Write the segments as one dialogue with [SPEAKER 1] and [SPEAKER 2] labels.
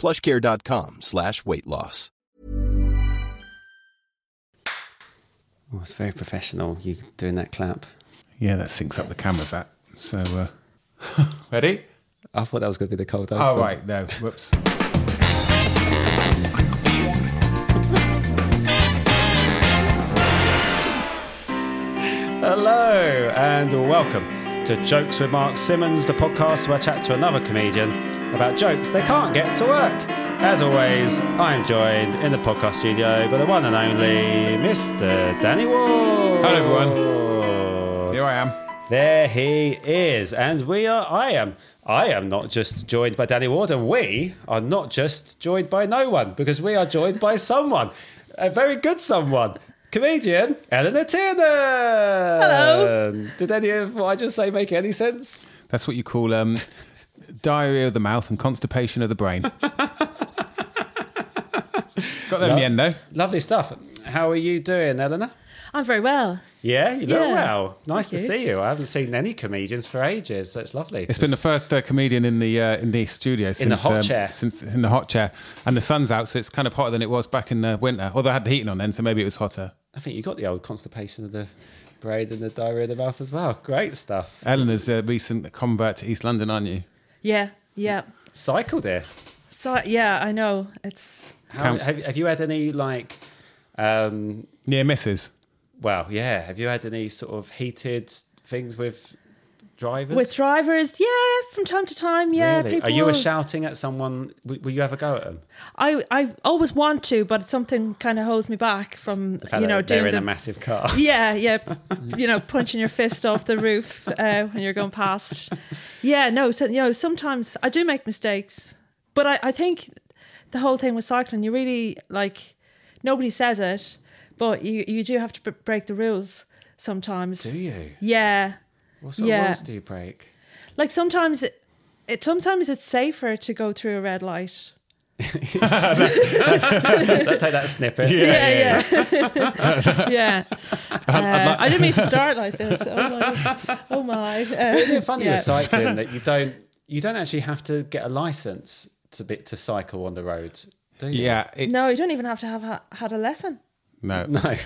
[SPEAKER 1] plushcare.com slash weight loss.
[SPEAKER 2] Oh, it's very professional, you doing that clap.
[SPEAKER 3] Yeah, that syncs up the cameras. That so. Uh, Ready?
[SPEAKER 2] I thought that was going to be the cold open.
[SPEAKER 3] Oh right, no. Whoops.
[SPEAKER 4] Hello and welcome to Jokes with Mark Simmons, the podcast where I chat to another comedian about jokes they can't get to work. As always, I'm joined in the podcast studio by the one and only Mr. Danny Ward.
[SPEAKER 3] Hello,
[SPEAKER 4] everyone.
[SPEAKER 3] Here I am.
[SPEAKER 4] There he is, and we are. I am. I am not just joined by Danny Ward, and we are not just joined by no one because we are joined by someone, a very good someone, comedian Eleanor Tiernan. Hello. Did any of what I just say make any sense?
[SPEAKER 3] That's what you call um, diarrhea of the mouth and constipation of the brain. Got there in the end, though.
[SPEAKER 4] Lovely stuff. How are you doing, Eleanor?
[SPEAKER 5] I'm very well.
[SPEAKER 4] Yeah, you look
[SPEAKER 5] Yeah.
[SPEAKER 4] well. Nice to
[SPEAKER 5] Thank you.
[SPEAKER 4] see you. I haven't seen any comedians for ages. That's lovely.
[SPEAKER 3] It's been the first uh, comedian in the uh, in the studio since um,
[SPEAKER 4] the hot chair.
[SPEAKER 3] since in the hot chair, and the sun's out, so it's kind of hotter than it was back in the winter. Although I had the heating on then, so maybe it was hotter.
[SPEAKER 4] I think you got the old constipation of the braid and the diarrhea of the mouth as well. Great stuff.
[SPEAKER 3] Eleanor's a recent convert to East London, aren't you?
[SPEAKER 5] Yeah, yeah.
[SPEAKER 4] Cycled here.
[SPEAKER 5] So yeah, I know it's
[SPEAKER 4] How,
[SPEAKER 3] Counts.
[SPEAKER 4] have, have you had any like? Um,
[SPEAKER 3] Near misses.
[SPEAKER 4] well, yeah. Have you had any sort of heated things with drivers?
[SPEAKER 5] with drivers. Yeah, from time to time. Yeah,
[SPEAKER 4] Really?
[SPEAKER 5] people.
[SPEAKER 4] Are you were
[SPEAKER 5] will-
[SPEAKER 4] shouting at someone? Will, will you ever go at them?
[SPEAKER 5] I I always want to, but something kind of holds me back from
[SPEAKER 4] The fact
[SPEAKER 5] you know
[SPEAKER 4] that they're
[SPEAKER 5] doing
[SPEAKER 4] in a
[SPEAKER 5] the.
[SPEAKER 4] massive car.
[SPEAKER 5] yeah, yeah, you know, punching your fist off the roof uh, when you're going past. Yeah, no, so you know, sometimes I do make mistakes, but I, I think the whole thing with cycling, you really like nobody says it, but you you do have to b- break the rules sometimes.
[SPEAKER 4] Do you?
[SPEAKER 5] Yeah,
[SPEAKER 4] What sort
[SPEAKER 5] Yeah.
[SPEAKER 4] of rules do you break?
[SPEAKER 5] like sometimes it, it sometimes it's safer to go through a red light
[SPEAKER 4] Don't take that snippet.
[SPEAKER 5] yeah yeah yeah, Uh, i didn't mean to start like this oh my oh my
[SPEAKER 4] Isn't
[SPEAKER 5] uh,
[SPEAKER 4] it funny
[SPEAKER 5] yeah.
[SPEAKER 4] with cycling that you don't you don't actually have to get a license to be, to cycle on the road, do you?
[SPEAKER 3] Yeah. It's,
[SPEAKER 5] no you don't even have to have ha- had a lesson
[SPEAKER 3] No.
[SPEAKER 4] No.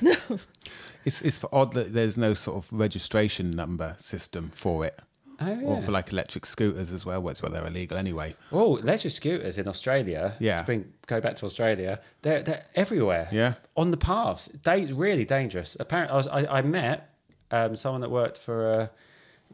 [SPEAKER 3] It's it's odd that there's no sort of registration number system for it,
[SPEAKER 4] Oh,
[SPEAKER 3] or
[SPEAKER 4] yeah.
[SPEAKER 3] for like electric scooters as well. Well, it's well they're illegal anyway.
[SPEAKER 4] oh, leisure scooters in Australia.
[SPEAKER 3] Yeah.
[SPEAKER 4] To bring, go back to Australia. They're, they're everywhere.
[SPEAKER 3] Yeah.
[SPEAKER 4] On the paths. They really dangerous. Apparently, I, was, I, I met um, someone that worked for a,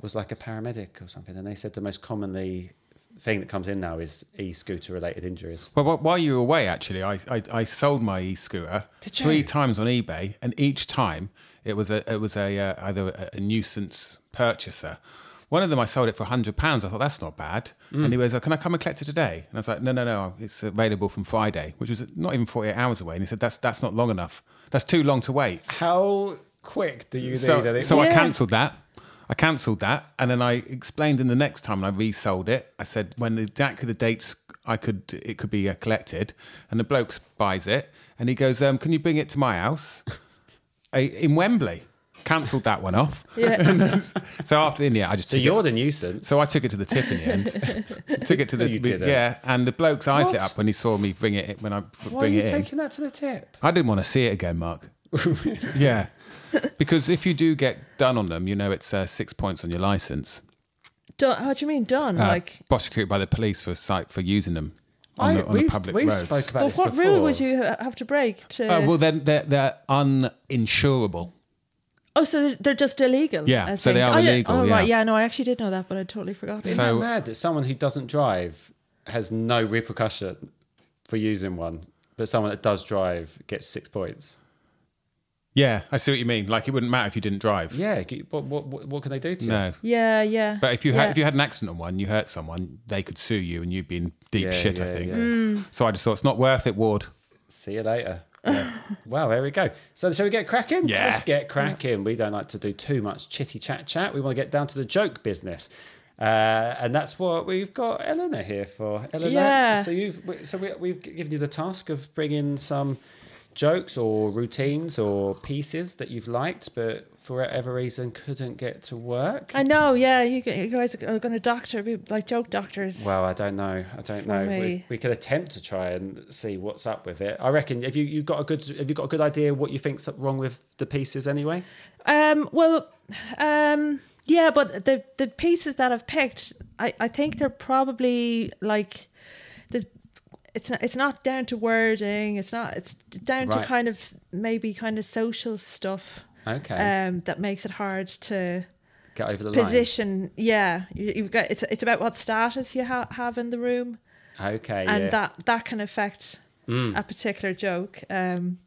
[SPEAKER 4] was like a paramedic or something, and they said the most commonly thing that comes in now is e-scooter related injuries.
[SPEAKER 3] Well, wh- while you were away, actually, I I, I sold my e-scooter three times on eBay, and each time it was a it was a uh, either a, a nuisance purchaser. One of them, I sold it for hundred pounds. I thought that's not bad, and he was like, "Can I come and collect it today?" And I was like, "No, no, no, it's available from Friday, which was not even forty eight hours away." And he said, "That's that's not long enough. That's too long to wait."
[SPEAKER 4] How quick do you need
[SPEAKER 3] so,
[SPEAKER 4] an
[SPEAKER 3] so I
[SPEAKER 5] Yeah.
[SPEAKER 3] cancelled that. I cancelled that, and then I explained in the next time I resold it. I said when the exactly the dates I could it could be uh, collected, and the bloke buys it, and he goes, um, "Can you bring it to my house I- in Wembley?" Cancelled that one off.
[SPEAKER 5] Yeah.
[SPEAKER 3] so after in the end, I just
[SPEAKER 4] So
[SPEAKER 3] took it-
[SPEAKER 4] you're the nuisance.
[SPEAKER 3] so I took it to the tip in the end. took it to the
[SPEAKER 4] you
[SPEAKER 3] we-
[SPEAKER 4] didn't.
[SPEAKER 3] yeah, and the bloke's eyes
[SPEAKER 4] What?
[SPEAKER 3] lit up when he saw me bring it when I
[SPEAKER 4] Why
[SPEAKER 3] bring
[SPEAKER 4] are you
[SPEAKER 3] it in.
[SPEAKER 4] taking that to the tip?
[SPEAKER 3] I didn't want to see it again, Mark. yeah, because if you do get done on them, you know it's uh, six points on your license.
[SPEAKER 5] done how do you mean done
[SPEAKER 3] Uh,
[SPEAKER 5] like
[SPEAKER 3] prosecuted by the police for site for using them. on,
[SPEAKER 4] I-
[SPEAKER 3] the, on the
[SPEAKER 4] we've
[SPEAKER 3] public
[SPEAKER 4] we've
[SPEAKER 3] roads.
[SPEAKER 4] spoke about
[SPEAKER 5] But
[SPEAKER 4] this
[SPEAKER 5] what
[SPEAKER 4] before.
[SPEAKER 5] rule would you ha- have to break to?
[SPEAKER 3] Uh, well, then they're, they're uninsurable.
[SPEAKER 5] oh, so they're- they're just illegal.
[SPEAKER 3] Yeah,
[SPEAKER 5] as
[SPEAKER 3] so they
[SPEAKER 5] things.
[SPEAKER 3] are
[SPEAKER 5] I didn't-
[SPEAKER 3] illegal,
[SPEAKER 5] Oh right,
[SPEAKER 3] yeah.
[SPEAKER 5] yeah. No, I actually did know that, but I totally forgot.
[SPEAKER 4] Isn't
[SPEAKER 3] So-
[SPEAKER 4] that mad that someone who doesn't drive has no repercussion for using one, but someone that does drive gets six points?
[SPEAKER 3] Yeah, I see what you mean. Like it wouldn't matter if you didn't drive.
[SPEAKER 4] Yeah, g- what what what, what can they do to you?
[SPEAKER 3] No,
[SPEAKER 5] yeah, yeah.
[SPEAKER 3] but if you
[SPEAKER 5] yeah.
[SPEAKER 3] had if you had an accident on one, you hurt someone, they could sue you, and you'd be in deep
[SPEAKER 4] Yeah,
[SPEAKER 3] shit. I
[SPEAKER 4] yeah,
[SPEAKER 3] think.
[SPEAKER 4] yeah.
[SPEAKER 3] So I just thought it's not worth it, Ward.
[SPEAKER 4] See you later. Yeah. wow, there we go. So shall we get cracking?
[SPEAKER 3] Yeah.
[SPEAKER 4] Let's get cracking. We don't like to do too much chitty chat chat. We want to get down to the joke business. Uh, and that's what we've got Eleanor here for. Eleanor,
[SPEAKER 5] Yeah.
[SPEAKER 4] so you've we- so we, we've given you the task of bringing some jokes or routines or pieces that you've liked, but for whatever reason couldn't get to work.
[SPEAKER 5] I know. Yeah, you, g- you guys are going to doctor be like joke doctors.
[SPEAKER 4] Well, I don't know. I don't know. We,
[SPEAKER 5] me.
[SPEAKER 4] we could attempt to try and see what's up with it. I reckon. Have you you got a good Have you got a good idea what you think's wrong with the pieces anyway?
[SPEAKER 5] Um, well, um, yeah, but the the pieces that I've picked, I, I think they're probably like there's it's not it's not down to wording. It's not it's down
[SPEAKER 4] Right.
[SPEAKER 5] to kind of maybe kind of social stuff.
[SPEAKER 4] Okay.
[SPEAKER 5] Um, that makes it hard to
[SPEAKER 4] Get over the
[SPEAKER 5] position. Yeah, you, you've got it's it's about what status you ha- have in the room,
[SPEAKER 4] line. Okay.
[SPEAKER 5] and
[SPEAKER 4] yeah. Mm.
[SPEAKER 5] that that can affect a particular joke. Um,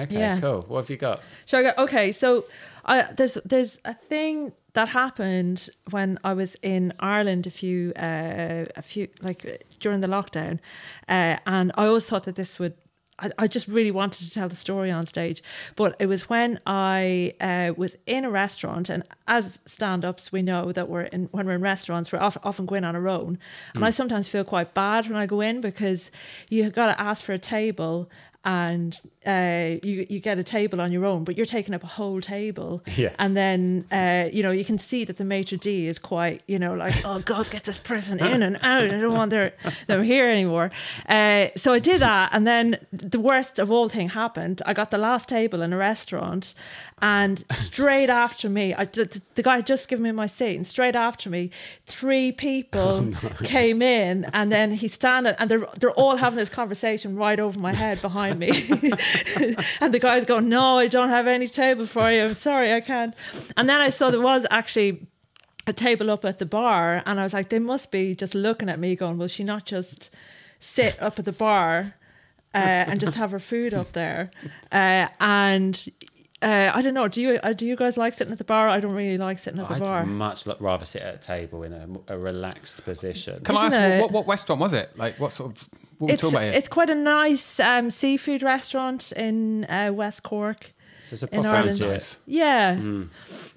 [SPEAKER 4] Okay.
[SPEAKER 5] yeah.
[SPEAKER 4] Cool. What have you got?
[SPEAKER 5] So I go, okay, so I, there's there's a thing that happened when I was in Ireland a few uh, a few like uh, during the lockdown, uh, and I always thought that this would. I, I just really wanted to tell the story on stage, but it was when I uh, was in a restaurant, and as stand-ups, we know that we're in when we're in restaurants, we're oft, often going on our own, and I sometimes feel quite bad when I go in because you got to ask for a table, and uh, you you get a table on your own, but you're taking up a whole table.
[SPEAKER 4] Yeah.
[SPEAKER 5] And then uh, you know you can see that the maitre d is quite you know like oh god get this person in and out I don't want their, them here anymore. Uh, so I did that, and then the worst of all thing happened. I got the last table in a restaurant, and straight after me, I ju- the guy had just given me my seat, and straight after me, three people came in, and then he's standing, and they're they're all having this conversation right over my head behind me, and the guy's going, "No, I don't have any table for you. I'm sorry, I can't." And then I saw there was actually a table up at the bar, and I was like, "They must be just looking at me, going, will she not just sit up at the bar?'" Uh, and just have her food up there, uh, and uh, I don't know. Do you uh, do you guys like sitting at the bar? I don't really like sitting at the
[SPEAKER 4] I'd
[SPEAKER 5] bar.
[SPEAKER 4] much lo- rather sit at a table in a, a relaxed position.
[SPEAKER 3] Can
[SPEAKER 5] Isn't
[SPEAKER 3] I ask
[SPEAKER 5] it-
[SPEAKER 3] what, what restaurant was it? Like what sort of what were we
[SPEAKER 5] It's,
[SPEAKER 3] talking about? Here?
[SPEAKER 5] it's quite a nice um, seafood restaurant in uh, West Cork.
[SPEAKER 4] So it's a
[SPEAKER 5] in
[SPEAKER 4] proper
[SPEAKER 5] Ireland.
[SPEAKER 4] legit-
[SPEAKER 5] Yeah.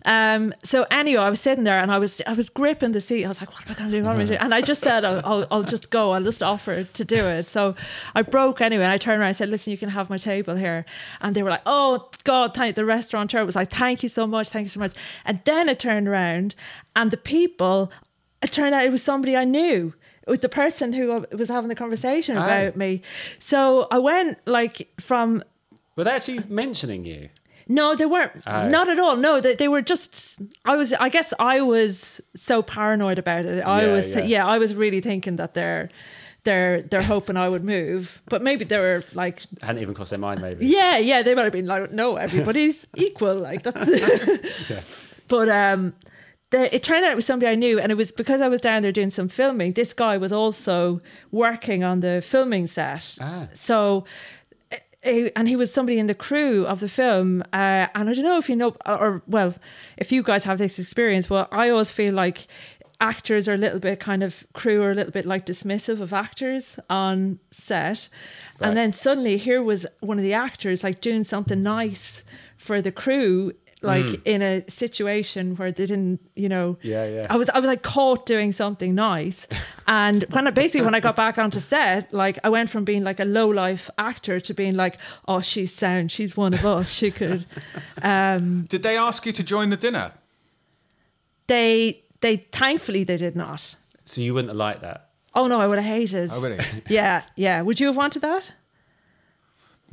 [SPEAKER 5] Um, so anyway, I was sitting there and I was I was gripping the seat. I was like, "What am I going to do? What am I going to do?" And I just said, I'll, "I'll I'll just go. I'll just offer to do it." So I broke anyway. And I turned around. and said, "Listen, you can have my table here." And they were like, "Oh God, thank." The restaurateur was like, "Thank you so much. Thank you so much." And then I turned around, and the people. It turned out it was somebody I knew. It was the person who was having the conversation about me. So I went like from
[SPEAKER 4] Were they actually mentioning you?
[SPEAKER 5] no, they weren't. Not at all. No, they, they were just. I was. I guess I was so paranoid about it. I
[SPEAKER 4] Yeah,
[SPEAKER 5] was. Th-
[SPEAKER 4] yeah.
[SPEAKER 5] yeah. I was really thinking that they're, they're, they're hoping I would move. But maybe they were like,
[SPEAKER 4] Hadn't even crossed their mind, maybe.
[SPEAKER 5] yeah, yeah. They might have been like, no, everybody's equal. Like that. But um, the, it turned out it was somebody I knew, and it was because I was down there doing some filming. This guy was also working on the filming set, so. eh, eh, And he was somebody in the crew of the film, uh, and I don't know if you know, or- or well, if you guys have this experience. Well, I always feel like actors are a little bit kind of crew are a little bit like dismissive of actors on set, and then suddenly here was one of the actors like doing something nice for the crew like in a situation where they didn't, you know,
[SPEAKER 4] Mm. Yeah, yeah.
[SPEAKER 5] I was I was like caught doing something nice, and when I basically when I got back onto set, like I went from being like a low life actor to being like, oh, she's sound, she's one of us, she could. Um,
[SPEAKER 3] Did they ask you to join the dinner?
[SPEAKER 5] they they thankfully they did not.
[SPEAKER 4] So you wouldn't have liked that.
[SPEAKER 5] Oh no, I would have hated.
[SPEAKER 3] Oh, really?
[SPEAKER 5] Yeah, yeah. Would you have wanted that?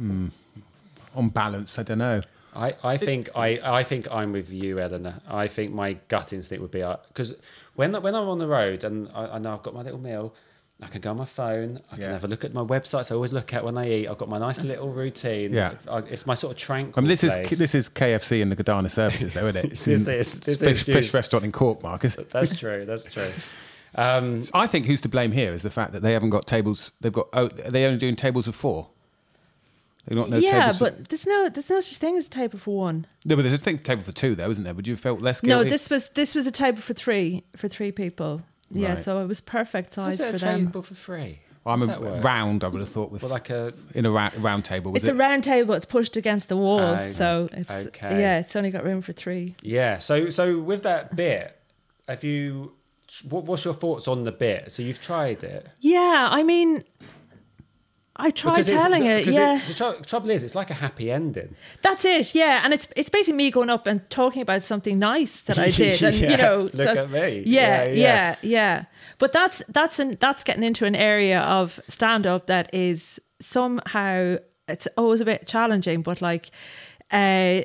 [SPEAKER 3] On balance, I don't know.
[SPEAKER 4] I, I think I, I think I'm with you, Eleanor. I uh, think my gut instinct would be because when when I'm on the road and I, I know I've got my little meal, I can go on my phone. I
[SPEAKER 3] Yeah.
[SPEAKER 4] can have a look at my websites. I always look at when I eat. I've got my nice little routine.
[SPEAKER 3] Yeah.
[SPEAKER 4] I, it's my sort of tranquil.
[SPEAKER 3] I mean, this
[SPEAKER 4] place.
[SPEAKER 3] is this is KFC and the Godana services, though, isn't it?
[SPEAKER 4] This is- this is
[SPEAKER 3] fish,
[SPEAKER 4] huge.
[SPEAKER 3] fish restaurant in Cork, Marcus.
[SPEAKER 4] That's true. That's true. Um,
[SPEAKER 3] I think who's to blame here is the fact that they haven't got tables. They've got oh, they only doing tables of four. They've got no
[SPEAKER 5] yeah,
[SPEAKER 3] tables. for-
[SPEAKER 5] but there's no there's no such thing as a table for one.
[SPEAKER 3] no, but there's a thing table for two, though, isn't there? Would you have felt less
[SPEAKER 5] No,
[SPEAKER 3] guilty?
[SPEAKER 5] this was this was a table for three for three people. Yeah,
[SPEAKER 3] Right.
[SPEAKER 5] so it was perfect
[SPEAKER 4] is
[SPEAKER 5] size
[SPEAKER 4] there
[SPEAKER 5] for
[SPEAKER 4] a
[SPEAKER 5] them.
[SPEAKER 4] table for free?
[SPEAKER 3] I'm
[SPEAKER 4] Does
[SPEAKER 3] a
[SPEAKER 4] that work?
[SPEAKER 3] round. I would have thought with
[SPEAKER 4] Well, like a
[SPEAKER 3] in a round, round table. Was
[SPEAKER 5] It's
[SPEAKER 3] it?
[SPEAKER 5] a round table. It's pushed against the wall,
[SPEAKER 4] Okay.
[SPEAKER 5] so it's
[SPEAKER 4] Okay.
[SPEAKER 5] yeah. It's only got room for three.
[SPEAKER 4] yeah. So so with that bit, have you? What, what's your thoughts on the bit? So you've tried it.
[SPEAKER 5] Yeah, I mean, I tried
[SPEAKER 4] Because it's-
[SPEAKER 5] telling it.
[SPEAKER 4] because
[SPEAKER 5] Yeah,
[SPEAKER 4] the tr- trouble is, it's like a happy ending.
[SPEAKER 5] that's it. Yeah, and it's it's basically me going up and talking about something nice that I did, and
[SPEAKER 4] Yeah,
[SPEAKER 5] you know,
[SPEAKER 4] look
[SPEAKER 5] that-
[SPEAKER 4] at me. Yeah,
[SPEAKER 5] Yeah, yeah,
[SPEAKER 4] yeah.
[SPEAKER 5] yeah, But that's that's an, that's getting into an area of stand up that is somehow it's always a bit challenging, but like. Uh,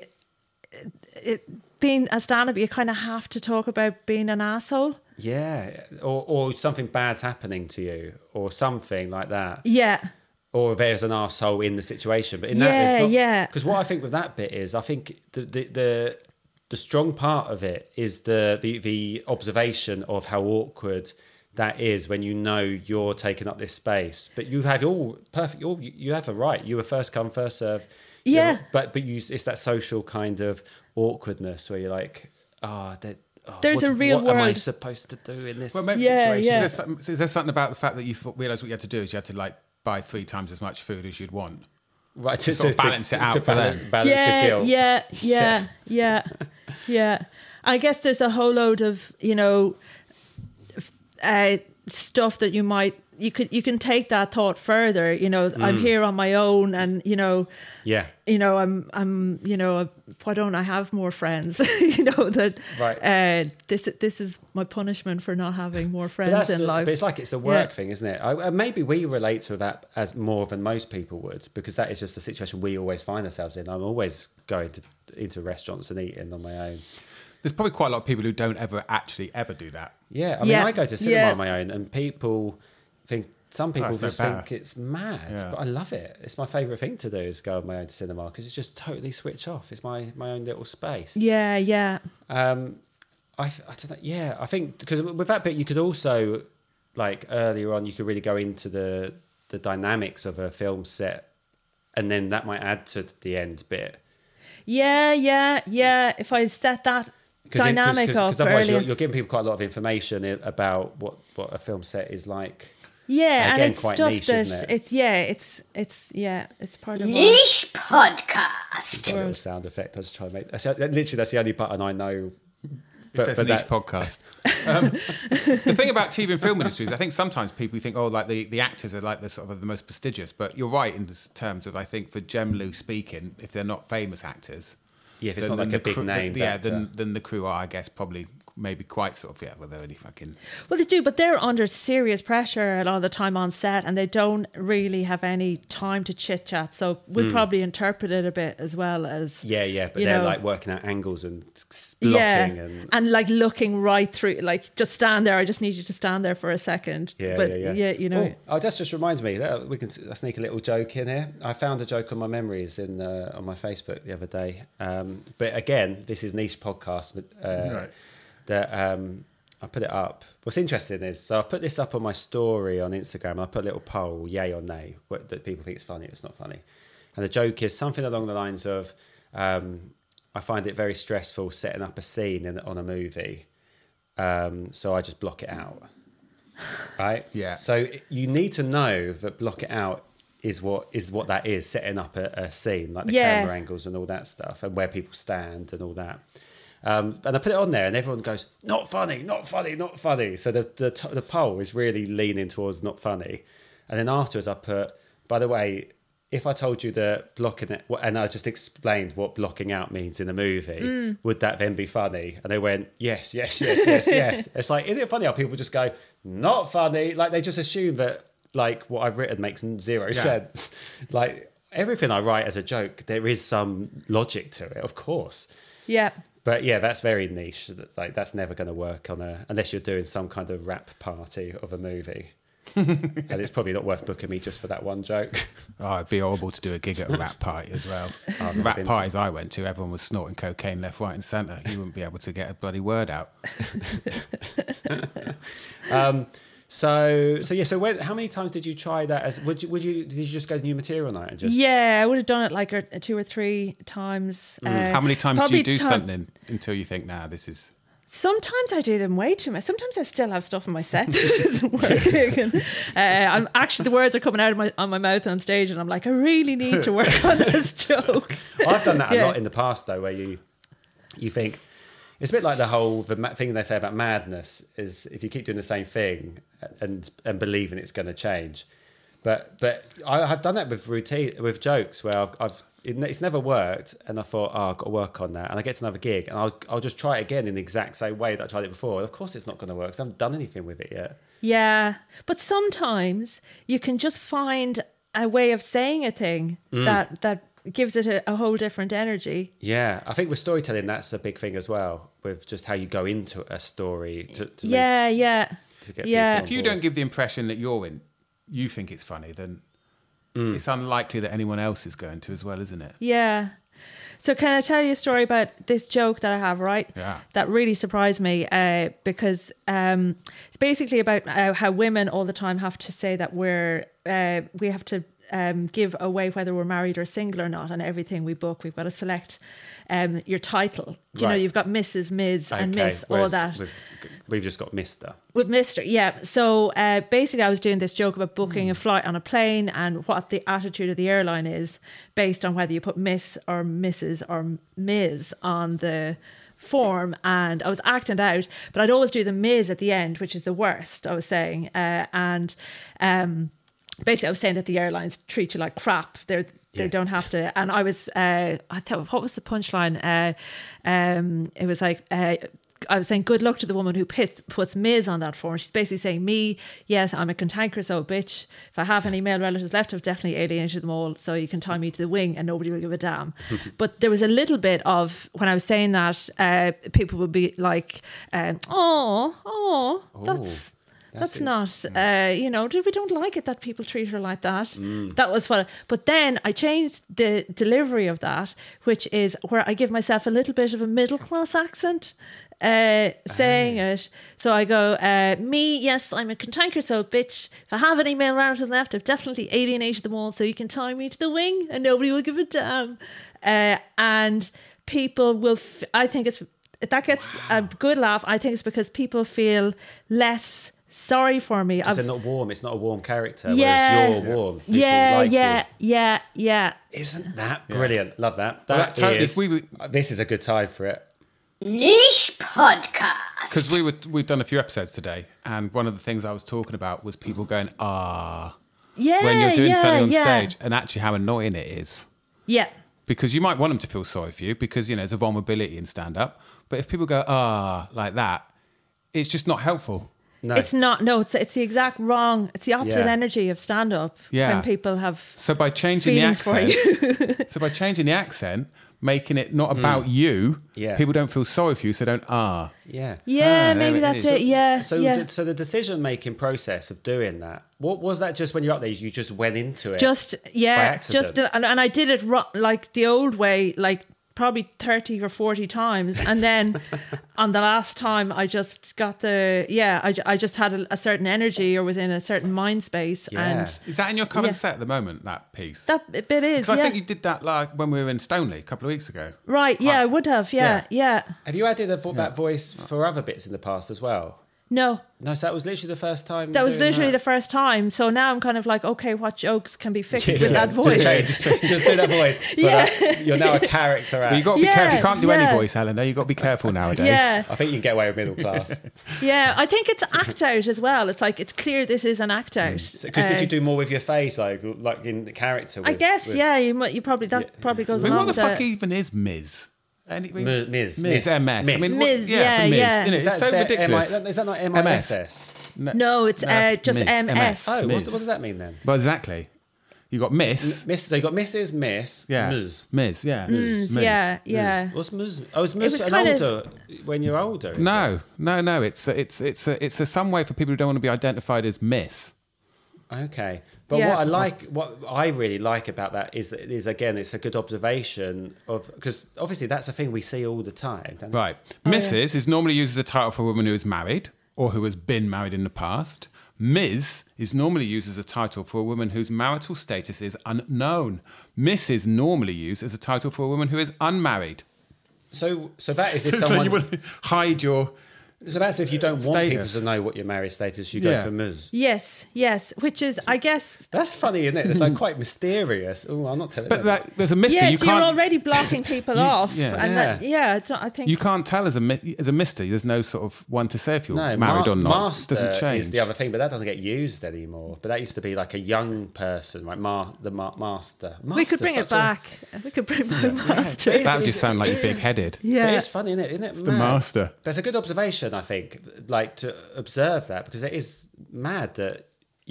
[SPEAKER 5] being a stand-up, you kind of have to talk about being an asshole.
[SPEAKER 4] Yeah, or or something bad's happening to you, or something like that,
[SPEAKER 5] Yeah,
[SPEAKER 4] or there's an asshole in the situation. But in that,
[SPEAKER 5] Yeah,
[SPEAKER 4] it's not,
[SPEAKER 5] yeah.
[SPEAKER 4] Because what I think with that bit is, I think the the. the the strong part of it is the, the the observation of how awkward that is when you know you're taking up this space, but you have all perfect. All you you have a right. You were first come, first serve. You're-
[SPEAKER 5] Yeah.
[SPEAKER 4] but but you it's that social kind of awkwardness where you're like, ah, that. oh,
[SPEAKER 5] There's
[SPEAKER 4] what-
[SPEAKER 5] a real
[SPEAKER 4] what am I
[SPEAKER 5] world.
[SPEAKER 4] supposed to do in this?
[SPEAKER 3] Well, maybe
[SPEAKER 5] Yeah,
[SPEAKER 3] situation.
[SPEAKER 5] yeah.
[SPEAKER 3] Is, there something, is there something about the fact that you thought, realised what you had to do is you had to like buy three times as much food as you'd want?
[SPEAKER 4] right to,
[SPEAKER 3] sort of balance it out
[SPEAKER 4] to
[SPEAKER 3] for
[SPEAKER 4] balance,
[SPEAKER 3] them.
[SPEAKER 4] balance the guilt.
[SPEAKER 5] Yeah, yeah, yeah, yeah, yeah. I guess there's a whole load of you know f- uh, stuff that you might you could you can take that thought further. You know,
[SPEAKER 4] Mm.
[SPEAKER 5] I'm here on my own, and you know,
[SPEAKER 4] Yeah.
[SPEAKER 5] you know, I'm I'm you know, why don't I have more friends? you know that
[SPEAKER 4] Right.
[SPEAKER 5] uh, this this is my punishment for not having more
[SPEAKER 4] But,
[SPEAKER 5] friends
[SPEAKER 4] that's
[SPEAKER 5] in
[SPEAKER 4] the-
[SPEAKER 5] life.
[SPEAKER 4] but it's like it's the work
[SPEAKER 5] Yeah.
[SPEAKER 4] thing, isn't it? I, uh, maybe we relate to that as more than most people would, because that is just the situation we always find ourselves in. I'm always going to into restaurants and eating on my own.
[SPEAKER 3] There's probably quite a lot of people who don't ever actually ever do that.
[SPEAKER 4] Yeah, I mean,
[SPEAKER 5] Yeah.
[SPEAKER 4] I go to cinema
[SPEAKER 5] Yeah.
[SPEAKER 4] on my own, and people think some people
[SPEAKER 3] it's no
[SPEAKER 4] just
[SPEAKER 3] better.
[SPEAKER 4] think it's mad,
[SPEAKER 3] Yeah.
[SPEAKER 4] but I love it. It's my favorite thing to do is go on my own to cinema because it's just totally switch off. It's my my own little space.
[SPEAKER 5] yeah, yeah,
[SPEAKER 4] Um, I, th- I don't know. Yeah, I think because with that bit, you could also like earlier on, you could really go into the the dynamics of a film set, and then that might add to the end bit.
[SPEAKER 5] yeah, yeah, yeah. If I set that
[SPEAKER 4] Because it-
[SPEAKER 5] dynamic
[SPEAKER 4] cause,
[SPEAKER 5] up
[SPEAKER 4] cause otherwise
[SPEAKER 5] earlier.
[SPEAKER 4] you're, you're giving people quite a lot of information i- about what, what a film set is like.
[SPEAKER 5] Yeah,
[SPEAKER 4] Again,
[SPEAKER 5] and it's
[SPEAKER 4] quite
[SPEAKER 5] stuff
[SPEAKER 4] niche,
[SPEAKER 5] that
[SPEAKER 4] isn't it?
[SPEAKER 5] it's yeah, it's it's yeah, it's part of our-
[SPEAKER 6] Niche podcast.
[SPEAKER 4] A little sound effect. I just try to make. That's, literally, that's the only button I know.
[SPEAKER 3] It says niche podcast. Um, the thing about TV and film industry is, I think sometimes people think, oh, like the, the actors are like the sort of the most prestigious. But you're right in this- terms of, I think, for generally speaking, if they're not famous actors,
[SPEAKER 4] Yeah, if it's
[SPEAKER 3] then-
[SPEAKER 4] not like
[SPEAKER 3] then
[SPEAKER 4] a
[SPEAKER 3] the
[SPEAKER 4] big
[SPEAKER 3] crew-
[SPEAKER 4] name uh,
[SPEAKER 3] yeah,
[SPEAKER 4] actor.
[SPEAKER 3] then then the crew are, I guess, probably maybe quite sort of yeah, well, they're only fucking
[SPEAKER 5] Well, they do, but they're under serious pressure a lot of the time on set, and they don't really have any time to chit chat. So we probably interpret it a bit as well as
[SPEAKER 4] Hmm. yeah, yeah, but
[SPEAKER 5] you
[SPEAKER 4] they're
[SPEAKER 5] know.
[SPEAKER 4] like working out angles and s- blocking and
[SPEAKER 5] like looking right through, like just stand there. I just need you to stand there for a second.
[SPEAKER 4] Yeah,
[SPEAKER 5] but
[SPEAKER 4] yeah, yeah.
[SPEAKER 5] you know,
[SPEAKER 4] Oh, oh, that just reminds me that we can s- sneak a little joke in here. I found a joke on my memories in uh, on my Facebook the other day. Um, but again, this is niche podcast. But, uh, That um, I put it up. What's interesting is so I put this up on my story on Instagram. And I put a little poll, yay or nay, what, that people think it's funny. It's not funny. And the joke is something along the lines of, um, I find it very stressful setting up a scene in, on a movie. Um, so I just block it out right?
[SPEAKER 3] Yeah.
[SPEAKER 4] So you need to know that block it out is what is what that is setting up a, a scene like the
[SPEAKER 5] Yeah.
[SPEAKER 4] camera angles and all that stuff and where people stand and all that. Um, and I put it on there, and everyone goes, "Not funny, not funny, not funny." So the the, t- the poll is really leaning towards not funny. And then afterwards, I put, "By the way, if I told you that blocking it, and I just explained what blocking out means in a movie, would that then be funny? And they went, yes, yes, yes, yes, yes. It's like, isn't it funny how people just go, not funny? Like they just assume that like what I've written makes zero sense. Like everything I write as a joke, there is some logic to it, of course.
[SPEAKER 5] yeah.
[SPEAKER 4] But yeah, that's very niche. That's Like that's never going to work on a unless you're doing some kind of rap party of a movie. and it's probably not worth booking me just for that one joke.
[SPEAKER 3] Oh, it'd be horrible to do a gig at a rat party as well.
[SPEAKER 4] I've
[SPEAKER 3] rat
[SPEAKER 4] been to-
[SPEAKER 3] parties I went to, everyone was snorting cocaine left, right, and centre. You wouldn't be able to get a bloody word out.
[SPEAKER 4] So, so yeah. So, when, how many times did you try that? As would you, would you did you just go to new material night and just
[SPEAKER 5] Yeah, I would have done it like a, a two or three times.
[SPEAKER 4] Hmm.
[SPEAKER 5] uh,
[SPEAKER 3] How many times do
[SPEAKER 5] probably
[SPEAKER 3] you do
[SPEAKER 5] time-
[SPEAKER 3] something until you think, nah, this is.
[SPEAKER 5] Sometimes I do them way too much. Sometimes I still have stuff in my set that isn't working. uh, I'm actually the words are coming out of my on my mouth on stage, and I'm like, I really need to work on this joke.
[SPEAKER 4] I've done that a
[SPEAKER 5] Yeah.
[SPEAKER 4] lot in the past though, where you you think it's a bit like the whole the ma- thing they say about madness is if you keep doing the same thing and and believing it's going to change. But but I have done that with routine with jokes where I've, I've it, it's never worked and I thought oh I've got to work on that and I get to another gig and I'll I'll just try it again in the exact same way that I tried it before. of course it's not going to work 'cause I haven't done anything with it yet.
[SPEAKER 5] Yeah, but sometimes you can just find a way of saying a thing that that gives it a, a whole different energy.
[SPEAKER 4] Yeah, I think with storytelling, that's a big thing as well, with just how you go into a story to, to make-
[SPEAKER 5] yeah, yeah,
[SPEAKER 4] to get
[SPEAKER 5] yeah.
[SPEAKER 4] people
[SPEAKER 3] If you
[SPEAKER 4] board.
[SPEAKER 3] don't give the impression that you're in, you think it's funny, then it's unlikely that anyone else is going to as well, isn't it?
[SPEAKER 5] Yeah. So can I tell you a story about this joke that I have, right?
[SPEAKER 3] Yeah.
[SPEAKER 5] That really surprised me uh, because um, it's basically about uh, how women all the time have to say that we're uh, we have to um, give away whether we're married or single or not, and everything we book we've got to select um, your title. You know,
[SPEAKER 4] Right.
[SPEAKER 5] you've got Mrs. Ms. and
[SPEAKER 4] Okay,
[SPEAKER 5] Miss, all
[SPEAKER 4] whereas
[SPEAKER 5] that
[SPEAKER 4] We've, we've just got Mister.
[SPEAKER 5] with Mister, yeah. So uh, basically, I was doing this joke about booking a flight on a plane and what the attitude of the airline is based on whether you put Miss or Mrs. or Ms. on the form. And I was acting it out, but I'd always do the Ms at the end, which is the worst. I was saying, uh, and um, basically, I was saying that the airlines treat you like crap. They're they
[SPEAKER 4] Yeah.
[SPEAKER 5] don't have to. And I was, uh, I thought, what was the punchline? Uh, um, it was like, uh, I was saying, good luck to the woman who pits, puts Ms. on that form. She's basically saying, me, yes, I'm a cantankerous old bitch. If I have any male relatives left, I've definitely alienated them all. So you can tie me to the wing and nobody will give a damn. but there was a little bit of, when I was saying that, uh, people would be like, um, oh, oh, that's that's, not, uh, you know, we don't like it that people treat her like that. That was what, but then I changed the delivery of that, which is where I give myself a little bit of a middle class accent uh, saying it. So I go, uh, me, yes, I'm a cantankerous old bitch. If I have any male relatives left, I've definitely alienated them all, so you can tie me to the wing and nobody will give a damn. Uh, and people will, f- I think it's, that gets a good laugh. I think it's because people feel less sorry for me.
[SPEAKER 4] It's
[SPEAKER 5] I've-
[SPEAKER 4] not warm. It's not a warm character.
[SPEAKER 5] Yeah.
[SPEAKER 4] Whereas you're warm. People
[SPEAKER 5] yeah,
[SPEAKER 4] like
[SPEAKER 5] yeah,
[SPEAKER 4] You.
[SPEAKER 5] yeah, yeah.
[SPEAKER 4] Isn't that brilliant? Love that.
[SPEAKER 3] Well,
[SPEAKER 4] That
[SPEAKER 3] that totally-
[SPEAKER 4] is-
[SPEAKER 3] we would-
[SPEAKER 4] this is a good time for it.
[SPEAKER 6] Niche podcast.
[SPEAKER 3] Because we were, we've done a few episodes today, and one of the things I was talking about was people going, ah,
[SPEAKER 5] Yeah,
[SPEAKER 3] when you're doing
[SPEAKER 5] yeah,
[SPEAKER 3] something on
[SPEAKER 5] yeah.
[SPEAKER 3] stage, and actually how annoying it is.
[SPEAKER 5] Yeah.
[SPEAKER 3] because you might want them to feel sorry for you because you know there's a vulnerability in stand up. But if people go ah like that, it's just not helpful.
[SPEAKER 4] No,
[SPEAKER 5] It's not, no, it's, it's the exact wrong, it's the opposite
[SPEAKER 4] Yeah.
[SPEAKER 5] energy of stand up
[SPEAKER 3] Yeah.
[SPEAKER 5] when people have
[SPEAKER 3] So by changing
[SPEAKER 5] Feelings
[SPEAKER 3] the
[SPEAKER 5] for
[SPEAKER 3] accent, so by changing the accent, making it not about you,
[SPEAKER 4] Yeah.
[SPEAKER 3] people don't feel sorry for you, so don't ah.
[SPEAKER 4] yeah.
[SPEAKER 3] Ah,
[SPEAKER 5] Yeah,
[SPEAKER 3] there
[SPEAKER 5] maybe
[SPEAKER 3] it
[SPEAKER 5] that's
[SPEAKER 3] is.
[SPEAKER 5] it. Yeah,
[SPEAKER 4] So,
[SPEAKER 5] yeah.
[SPEAKER 4] did, so the decision making process of doing that. What was that? Just when you're up there, you just went into it.
[SPEAKER 5] just yeah,
[SPEAKER 4] accident.
[SPEAKER 5] just uh, and, and I did it ro- like the old way, like probably thirty or forty times, and then on the last time, I just got the yeah, I, ju- I just had a, a certain energy or was in a certain mind space,
[SPEAKER 4] Yeah.
[SPEAKER 5] and
[SPEAKER 3] Is that in your current
[SPEAKER 5] Yeah.
[SPEAKER 3] set at the moment? That piece.
[SPEAKER 5] that bit is
[SPEAKER 3] 'Cause I
[SPEAKER 5] yeah,
[SPEAKER 3] think you did that like when we were in Stoneleigh a couple of weeks ago.
[SPEAKER 5] right, yeah, I would have, yeah, yeah,
[SPEAKER 4] Have you added a, vo- that voice for other bits in the past as well?
[SPEAKER 5] no.
[SPEAKER 4] No, so that was literally the first time.
[SPEAKER 5] That was
[SPEAKER 4] doing
[SPEAKER 5] literally
[SPEAKER 4] that.
[SPEAKER 5] the first time. So now I'm kind of like, okay, what jokes can be fixed with
[SPEAKER 4] Yeah,
[SPEAKER 5] that voice?
[SPEAKER 4] Just, change, just, change, just do that voice. But
[SPEAKER 5] Yeah.
[SPEAKER 4] uh, you're now a character act.
[SPEAKER 3] You got to be
[SPEAKER 5] Yeah,
[SPEAKER 3] careful. You can't do
[SPEAKER 5] yeah.
[SPEAKER 3] any voice, Helena. You got to be careful nowadays.
[SPEAKER 5] Yeah.
[SPEAKER 4] I think you can get away with middle class.
[SPEAKER 5] Yeah, I think it's act out as well. It's like it's clear this is an act out.
[SPEAKER 4] Because
[SPEAKER 5] Uh,
[SPEAKER 4] did you do more with your face, like like in the character? With,
[SPEAKER 5] I guess
[SPEAKER 4] with
[SPEAKER 5] yeah. You mu- you probably that probably goes
[SPEAKER 3] I mean,
[SPEAKER 5] along
[SPEAKER 3] what the
[SPEAKER 5] with
[SPEAKER 3] fuck
[SPEAKER 5] it.
[SPEAKER 3] even is Miz? Any, we-
[SPEAKER 4] M- Miz, Miz,
[SPEAKER 3] Miz, MS. I
[SPEAKER 4] Miz.
[SPEAKER 3] mean, what-
[SPEAKER 5] Miz,
[SPEAKER 3] yeah,
[SPEAKER 5] yeah,
[SPEAKER 3] the Miz.
[SPEAKER 5] yeah.
[SPEAKER 3] innit?
[SPEAKER 4] Is
[SPEAKER 3] it's
[SPEAKER 4] that,
[SPEAKER 3] so
[SPEAKER 4] is that
[SPEAKER 3] ridiculous.
[SPEAKER 4] MI, is that not
[SPEAKER 3] MS?
[SPEAKER 4] MISS?
[SPEAKER 5] No, it's uh,
[SPEAKER 3] that's
[SPEAKER 5] just
[SPEAKER 3] Miz,
[SPEAKER 5] MS.
[SPEAKER 4] Oh, what's,
[SPEAKER 3] Miz.
[SPEAKER 4] what does that mean then?
[SPEAKER 3] Well, exactly. You got Miss.
[SPEAKER 4] Miss, so you got Mrs. Miss.
[SPEAKER 3] Yeah.
[SPEAKER 4] Ms.
[SPEAKER 3] Miz. Yeah. Miz.
[SPEAKER 5] Yeah, yeah.
[SPEAKER 4] What's Ms? Oh, is Ms
[SPEAKER 5] was
[SPEAKER 4] an
[SPEAKER 5] kind of-
[SPEAKER 4] older when you're older? is it?
[SPEAKER 3] No, no, no. It's it's it's a, it's a, some way for people who don't want to be identified as Miss.
[SPEAKER 4] Okay, but
[SPEAKER 5] Yeah.
[SPEAKER 4] what I like, what I really like about that is, is again, it's a good observation of because obviously that's a thing we see all the time. don't it?
[SPEAKER 3] Right. Mrs. is normally used as a title for a woman who is married or who has been married in the past. Ms. is normally used as a title for a woman whose marital status is unknown. Miss is normally used as a title for a woman who is unmarried.
[SPEAKER 4] So, so that is
[SPEAKER 3] So,
[SPEAKER 4] if
[SPEAKER 3] so
[SPEAKER 4] someone.
[SPEAKER 3] you would hide your.
[SPEAKER 4] so that's if you don't want people
[SPEAKER 3] Status.
[SPEAKER 4] to know what your marriage status, you go
[SPEAKER 3] Yeah.
[SPEAKER 4] for Ms.
[SPEAKER 5] Yes, yes, which is, I guess,
[SPEAKER 4] That's funny, isn't it? It's like quite mysterious. Oh, I'm not telling.
[SPEAKER 3] But
[SPEAKER 4] them.
[SPEAKER 3] that, there's a Mister.
[SPEAKER 5] yes,
[SPEAKER 3] you
[SPEAKER 5] you are
[SPEAKER 3] can't.
[SPEAKER 5] already blocking people off.
[SPEAKER 3] yeah.
[SPEAKER 5] and That, yeah I don't- I think
[SPEAKER 3] You can't tell as a mi- as a Mister. There's no sort of one to say if you're
[SPEAKER 4] no,
[SPEAKER 3] married
[SPEAKER 4] ma-
[SPEAKER 3] or not.
[SPEAKER 4] Master
[SPEAKER 3] it doesn't change.
[SPEAKER 4] is the other thing, but that doesn't get used anymore. But that used to be like a young person, like ma- the ma- master.
[SPEAKER 5] we could
[SPEAKER 4] Master's
[SPEAKER 5] bring it
[SPEAKER 4] such a-
[SPEAKER 5] back. We could bring back master.
[SPEAKER 4] But it's-
[SPEAKER 3] that would
[SPEAKER 4] it's-
[SPEAKER 3] just sound like you're
[SPEAKER 4] it is-
[SPEAKER 3] big headed.
[SPEAKER 5] Yeah.
[SPEAKER 4] But it's funny, isn't it? Isn't it
[SPEAKER 3] the master.
[SPEAKER 4] That's a good observation, I think, like to observe that because it is mad that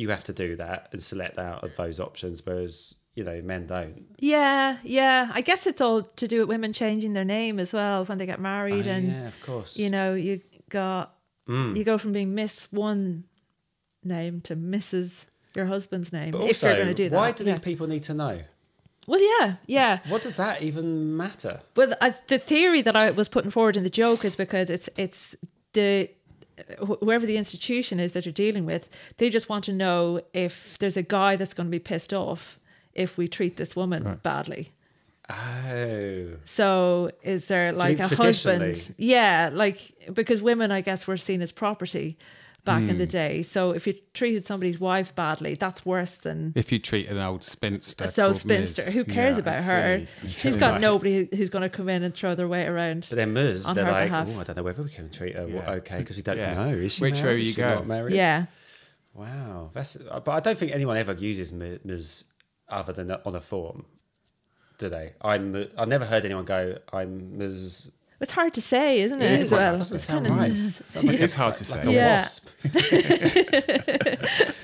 [SPEAKER 4] you have to do that and select out of those options, whereas, you know, men don't.
[SPEAKER 5] Yeah, yeah. I guess it's all to do with women changing their name as well when they get married, and
[SPEAKER 4] Oh, yeah, of course.
[SPEAKER 5] you know, you got
[SPEAKER 4] Mm.
[SPEAKER 5] you go from being Miss One name to Mrs. Your husband's name
[SPEAKER 4] but
[SPEAKER 5] if
[SPEAKER 4] also,
[SPEAKER 5] you're going to do that.
[SPEAKER 4] why do
[SPEAKER 5] yeah.
[SPEAKER 4] these people need to know?
[SPEAKER 5] Well, yeah, yeah.
[SPEAKER 4] What does that even matter?
[SPEAKER 5] Well, I, the theory that I was putting forward in the joke is because it's it's the wh- whoever the institution is that you're dealing with, they just want to know if there's a guy that's going to be pissed off if we treat this woman badly.
[SPEAKER 4] Oh,
[SPEAKER 5] So is there like a
[SPEAKER 4] think
[SPEAKER 5] husband?
[SPEAKER 4] traditionally?
[SPEAKER 5] Yeah, like because women, I guess, were seen as property back in the
[SPEAKER 4] Hmm.
[SPEAKER 5] day. So if you treated somebody's wife badly, that's worse than
[SPEAKER 3] If you treat an old spinster,
[SPEAKER 5] a so
[SPEAKER 3] called
[SPEAKER 5] spinster.
[SPEAKER 3] Miss.
[SPEAKER 5] Who cares
[SPEAKER 3] Yeah, I
[SPEAKER 5] about her?
[SPEAKER 3] see.
[SPEAKER 5] She's got nobody who- who's going to come in and throw their weight around.
[SPEAKER 4] but then Ms,
[SPEAKER 5] On
[SPEAKER 4] they're
[SPEAKER 5] her
[SPEAKER 4] like,
[SPEAKER 5] behalf.
[SPEAKER 4] oh, I don't know whether we can treat her
[SPEAKER 3] Yeah.
[SPEAKER 4] okay because we don't
[SPEAKER 3] Yeah.
[SPEAKER 4] know. Is she
[SPEAKER 3] Which
[SPEAKER 4] married?
[SPEAKER 3] way
[SPEAKER 4] Is
[SPEAKER 3] you
[SPEAKER 4] she
[SPEAKER 3] go?
[SPEAKER 4] not married?
[SPEAKER 5] Yeah,
[SPEAKER 4] Wow, that's. uh, But I don't think anyone ever uses mu- mus other than on a form, do they? I'm. mu- I've never heard anyone go. I'm mus.
[SPEAKER 5] it's hard to say, isn't it?
[SPEAKER 4] It
[SPEAKER 5] as
[SPEAKER 4] is
[SPEAKER 5] well,
[SPEAKER 4] doesn't
[SPEAKER 5] It's
[SPEAKER 4] sound
[SPEAKER 5] kinda-
[SPEAKER 4] right. Sounds like
[SPEAKER 3] It
[SPEAKER 4] a-
[SPEAKER 3] is hard to
[SPEAKER 4] like
[SPEAKER 3] say.
[SPEAKER 4] a
[SPEAKER 5] Yeah.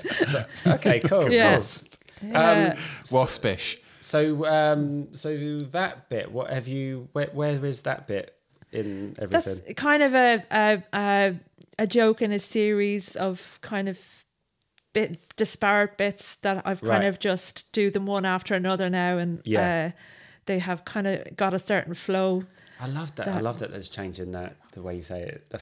[SPEAKER 4] wasp. So- okay, cool.
[SPEAKER 5] Yeah.
[SPEAKER 4] Wasp.
[SPEAKER 5] Yeah.
[SPEAKER 4] Um,
[SPEAKER 3] Waspish.
[SPEAKER 4] so, um, so that bit. What have you? Where, where is that bit in everything?
[SPEAKER 5] that's kind of a a, a a joke in a series of kind of bit disparate bits that I've
[SPEAKER 4] Right.
[SPEAKER 5] kind of just do them one after another now, and
[SPEAKER 4] Yeah.
[SPEAKER 5] uh, they have kind of got a certain flow.
[SPEAKER 4] I love that. I
[SPEAKER 5] that-
[SPEAKER 4] love that. There's changing that the way you say it. That's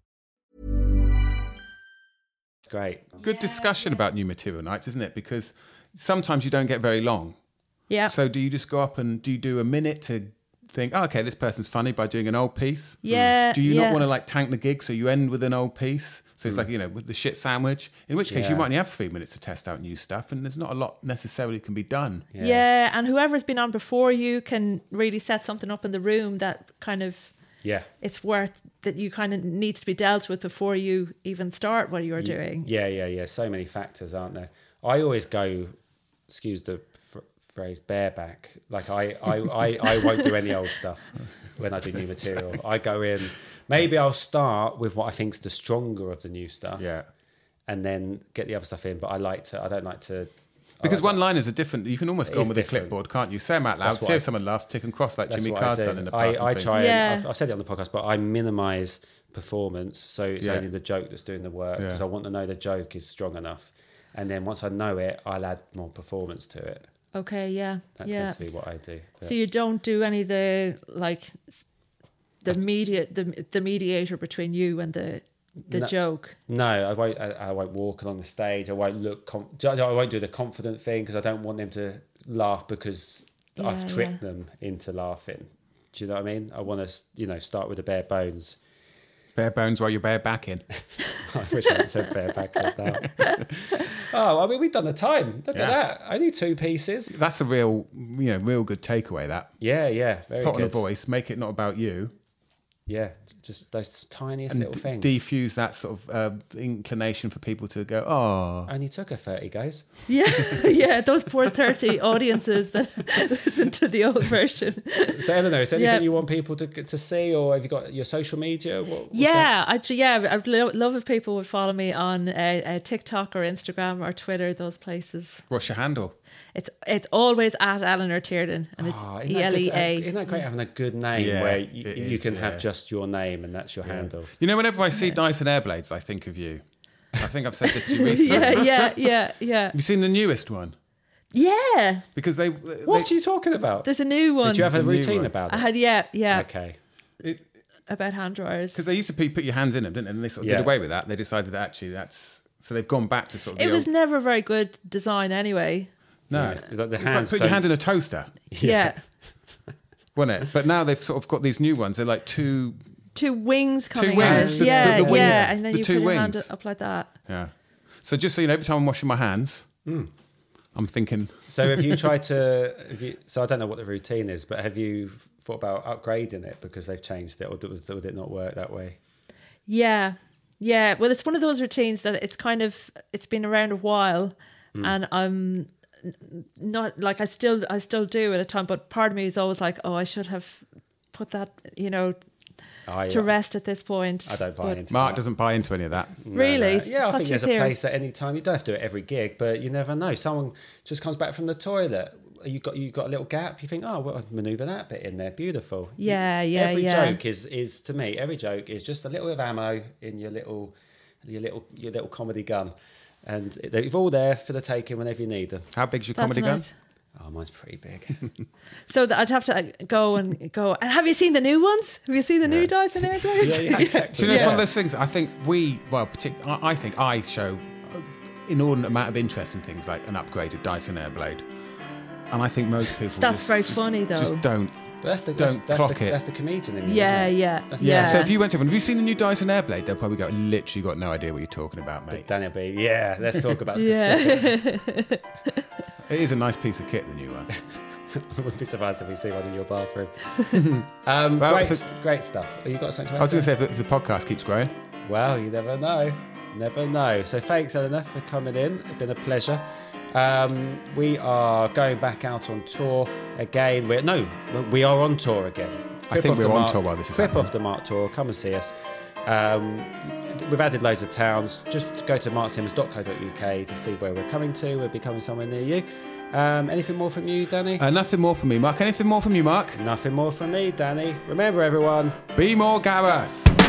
[SPEAKER 4] great.
[SPEAKER 3] Good discussion about new material nights, isn't it? Because sometimes you don't get very long.
[SPEAKER 5] Yeah,
[SPEAKER 3] So do you just go up and do you do a minute to think, oh, okay, this person's funny by doing an old piece?
[SPEAKER 5] Yeah,
[SPEAKER 3] Do you
[SPEAKER 5] yeah.
[SPEAKER 3] not want to like tank the gig so you end with an old piece? So it's like, you know, with the shit sandwich, in which case you
[SPEAKER 4] Hmm. Yeah.
[SPEAKER 3] might only have three minutes to test out new stuff and there's not a lot necessarily can be done.
[SPEAKER 5] yeah, And whoever's been on before you can really set something up in the room that kind of
[SPEAKER 4] Yeah.
[SPEAKER 5] it's worth that you kind of needs to be dealt with before you even start what you're doing.
[SPEAKER 4] Yeah, yeah, yeah. So many factors, aren't there? I always go, excuse the fr- phrase, bareback. Like I, I, I, I won't do any old stuff when I do new material. I go in. Maybe I'll start with what I think's the stronger of the new stuff. and then get the other stuff in. But I like to. I don't like to. I
[SPEAKER 3] Because
[SPEAKER 4] like
[SPEAKER 3] one liners are different. You can almost
[SPEAKER 4] It
[SPEAKER 3] go on
[SPEAKER 4] is
[SPEAKER 3] with a
[SPEAKER 4] different.
[SPEAKER 3] clipboard, can't you? Say them out loud.
[SPEAKER 4] That's what
[SPEAKER 3] See
[SPEAKER 4] I-
[SPEAKER 3] if someone laughs. Tick and cross like
[SPEAKER 4] That's
[SPEAKER 3] Jimmy
[SPEAKER 4] what I
[SPEAKER 3] Carr's
[SPEAKER 4] do.
[SPEAKER 3] done in the
[SPEAKER 4] I,
[SPEAKER 3] past. and
[SPEAKER 4] I
[SPEAKER 3] things.
[SPEAKER 4] try.
[SPEAKER 5] Yeah.
[SPEAKER 4] And, I've, I've said it on the podcast, but I minimise performance, so it's
[SPEAKER 3] Yeah.
[SPEAKER 4] only the joke that's doing the work
[SPEAKER 3] Yeah.
[SPEAKER 4] because I want to know the joke is strong enough, and then once I know it, I'll add more performance to it.
[SPEAKER 5] Okay, yeah,
[SPEAKER 4] That
[SPEAKER 5] yeah.
[SPEAKER 4] tends to be what I do. But-
[SPEAKER 5] So you don't do any of the like the media the the mediator between you and the the
[SPEAKER 4] No.
[SPEAKER 5] joke.
[SPEAKER 4] No, I won't. I, I won't walk along the stage. I won't look. Com- I won't do the confident thing because I don't want them to laugh because
[SPEAKER 5] Yeah,
[SPEAKER 4] I've tricked
[SPEAKER 5] yeah.
[SPEAKER 4] them into laughing. Do you know what I mean? I want to, you know, start with the bare bones.
[SPEAKER 3] Bare bones while you're bare backing.
[SPEAKER 4] I wish I had said bare back like that. oh, I mean, we've done the time. Look
[SPEAKER 3] Yeah.
[SPEAKER 4] at that. Only two pieces.
[SPEAKER 3] That's a real, you know, real good takeaway. That
[SPEAKER 4] Yeah, yeah, very
[SPEAKER 3] put on
[SPEAKER 4] good.
[SPEAKER 3] a voice, make it not about you,
[SPEAKER 4] Yeah, just those tiniest
[SPEAKER 3] and
[SPEAKER 4] little things.
[SPEAKER 3] d- defuse that sort of uh, inclination for people to go, oh,
[SPEAKER 4] Only took her thirty goes.
[SPEAKER 5] Yeah, yeah. Those poor thirty audiences that listen to the old version.
[SPEAKER 4] So Eleanor, is there
[SPEAKER 5] Yeah.
[SPEAKER 4] anything you want people to to see, or have you got your social media? What, what's that?
[SPEAKER 5] Yeah, actually, yeah. I'd lo- love if people would follow me on uh, uh, TikTok or Instagram or Twitter. Those places.
[SPEAKER 3] what's your handle?
[SPEAKER 5] It's it's always at Eleanor Tierden, and it's
[SPEAKER 4] Ah,
[SPEAKER 5] E
[SPEAKER 4] that
[SPEAKER 5] L
[SPEAKER 4] good
[SPEAKER 5] E
[SPEAKER 4] to-
[SPEAKER 5] A.
[SPEAKER 4] Isn't that great having a good name
[SPEAKER 3] Yeah,
[SPEAKER 4] where y-
[SPEAKER 3] it
[SPEAKER 4] you,
[SPEAKER 3] is,
[SPEAKER 4] can
[SPEAKER 3] yeah.
[SPEAKER 4] have just your name and that's your handle?
[SPEAKER 3] You know, whenever I see Dyson Airblades, I think of you. I think I've said this to you recently.
[SPEAKER 5] Yeah,
[SPEAKER 3] Have
[SPEAKER 5] yeah, yeah, yeah,
[SPEAKER 3] you seen the newest one?
[SPEAKER 5] yeah.
[SPEAKER 3] Because they,
[SPEAKER 4] What are you talking about?
[SPEAKER 5] There's a new one.
[SPEAKER 4] Did you have a
[SPEAKER 3] There's a new one.
[SPEAKER 4] routine about
[SPEAKER 5] I
[SPEAKER 4] it?
[SPEAKER 5] had yeah, yeah.
[SPEAKER 4] okay.
[SPEAKER 5] About hand dryers.
[SPEAKER 3] because they used to pe- put your hands in them, didn't they? And they sort of
[SPEAKER 4] Yeah.
[SPEAKER 3] did away with that. They decided that actually that's so they've gone back to sort of
[SPEAKER 5] It
[SPEAKER 3] the
[SPEAKER 5] was
[SPEAKER 3] old,
[SPEAKER 5] never a very good design anyway.
[SPEAKER 3] no.
[SPEAKER 4] Yeah. Like the
[SPEAKER 3] It's
[SPEAKER 4] hands
[SPEAKER 3] like putting your
[SPEAKER 4] don't-
[SPEAKER 3] hand in a toaster,
[SPEAKER 5] Yeah.
[SPEAKER 3] wasn't it? But now they've sort of got these new ones. They're like two,
[SPEAKER 5] Two wings coming
[SPEAKER 3] wings,
[SPEAKER 5] out.
[SPEAKER 3] the-
[SPEAKER 5] yeah,
[SPEAKER 3] the- the wing-
[SPEAKER 5] yeah. And then
[SPEAKER 3] the
[SPEAKER 5] you
[SPEAKER 3] two
[SPEAKER 5] put your hand
[SPEAKER 3] wings.
[SPEAKER 5] up like that.
[SPEAKER 3] yeah. So just so you know, every time I'm washing my hands, I'm thinking
[SPEAKER 4] So have you tried to? Have you, so I don't know what the routine is, but have you thought about upgrading it because they've changed it, or did- was, would it not work that way?
[SPEAKER 5] Yeah. Yeah. Well, it's one of those routines that it's kind of it's been around a while and I'm n- not like I still I still do at a time, but part of me is always like, Oh, I should have put that, you know,
[SPEAKER 4] I,
[SPEAKER 5] to rest at this point.
[SPEAKER 4] I don't buy
[SPEAKER 5] But-
[SPEAKER 4] into
[SPEAKER 3] Mark
[SPEAKER 4] that.
[SPEAKER 3] doesn't buy into any of that.
[SPEAKER 5] Really?
[SPEAKER 4] Yeah, I
[SPEAKER 5] That's
[SPEAKER 4] think
[SPEAKER 5] your
[SPEAKER 4] there's a
[SPEAKER 5] theory.
[SPEAKER 4] place at any time. You don't have to do it every gig, but you never know. Someone just comes back from the toilet. You got you got a little gap. You think, oh, well, I'll maneuver that bit in there. Beautiful.
[SPEAKER 5] Yeah, yeah,
[SPEAKER 4] Every
[SPEAKER 5] yeah.
[SPEAKER 4] joke is is to me. Every joke is just a little bit of ammo in your little your little your little comedy gun, and they're all there for the taking whenever you need them.
[SPEAKER 3] How big's your
[SPEAKER 5] That's
[SPEAKER 3] comedy gun?
[SPEAKER 5] nice.
[SPEAKER 4] Oh, mine's pretty big.
[SPEAKER 5] So that I'd have to uh, go and go. And have you seen the new ones? Have you seen the new Dyson Airblades?
[SPEAKER 4] yeah, yeah, exactly.
[SPEAKER 3] Do you know it's one of
[SPEAKER 4] Yeah.
[SPEAKER 3] those things? I think we, well, partic- I, I think I show an inordinate amount of interest in things like an upgraded Dyson Airblade, and I think most people
[SPEAKER 5] That's
[SPEAKER 3] just-
[SPEAKER 5] very
[SPEAKER 3] just-
[SPEAKER 5] funny, though.
[SPEAKER 3] Just don't.
[SPEAKER 4] But that's the,
[SPEAKER 3] Don't
[SPEAKER 4] that's, that's
[SPEAKER 3] clock
[SPEAKER 4] the,
[SPEAKER 3] it.
[SPEAKER 4] That's the comedian in you.
[SPEAKER 5] Yeah,
[SPEAKER 4] isn't it?
[SPEAKER 5] yeah,
[SPEAKER 4] That's
[SPEAKER 5] yeah.
[SPEAKER 3] So if you went to everyone, have you seen the new Dyson Airblade? They'll probably go, literally got no idea what you're talking about, mate.
[SPEAKER 4] Daniel B. Yeah, let's talk about
[SPEAKER 5] Yeah.
[SPEAKER 4] specifics.
[SPEAKER 3] It is a nice piece of kit, the new one.
[SPEAKER 4] I wouldn't be surprised if we see one in your bathroom. um,
[SPEAKER 3] Well,
[SPEAKER 4] great,
[SPEAKER 3] if
[SPEAKER 4] great stuff. Have you got something to
[SPEAKER 3] I
[SPEAKER 4] add?
[SPEAKER 3] was going to
[SPEAKER 4] to
[SPEAKER 3] say, if the, if the podcast keeps growing,
[SPEAKER 4] that? Well, you never know. Never know. So thanks, Eleanor, for coming in. It's been a pleasure. Um, we are going back out on tour again. We're, no, we are on tour again.
[SPEAKER 3] I think
[SPEAKER 4] off
[SPEAKER 3] we're
[SPEAKER 4] the
[SPEAKER 3] on
[SPEAKER 4] mark-
[SPEAKER 3] tour while this is
[SPEAKER 4] Crip
[SPEAKER 3] happening.
[SPEAKER 4] off the Mark tour. Come and see us. Um, we've added loads of towns. Just go to marksims.co.uk to see where we're coming to. We'll be coming somewhere near you. Um, anything more from you, Danny?
[SPEAKER 3] uh, nothing more from me, Mark. Anything more from you, Mark?
[SPEAKER 4] Nothing more from me, Danny. Remember, everyone.
[SPEAKER 3] Be more Gareth.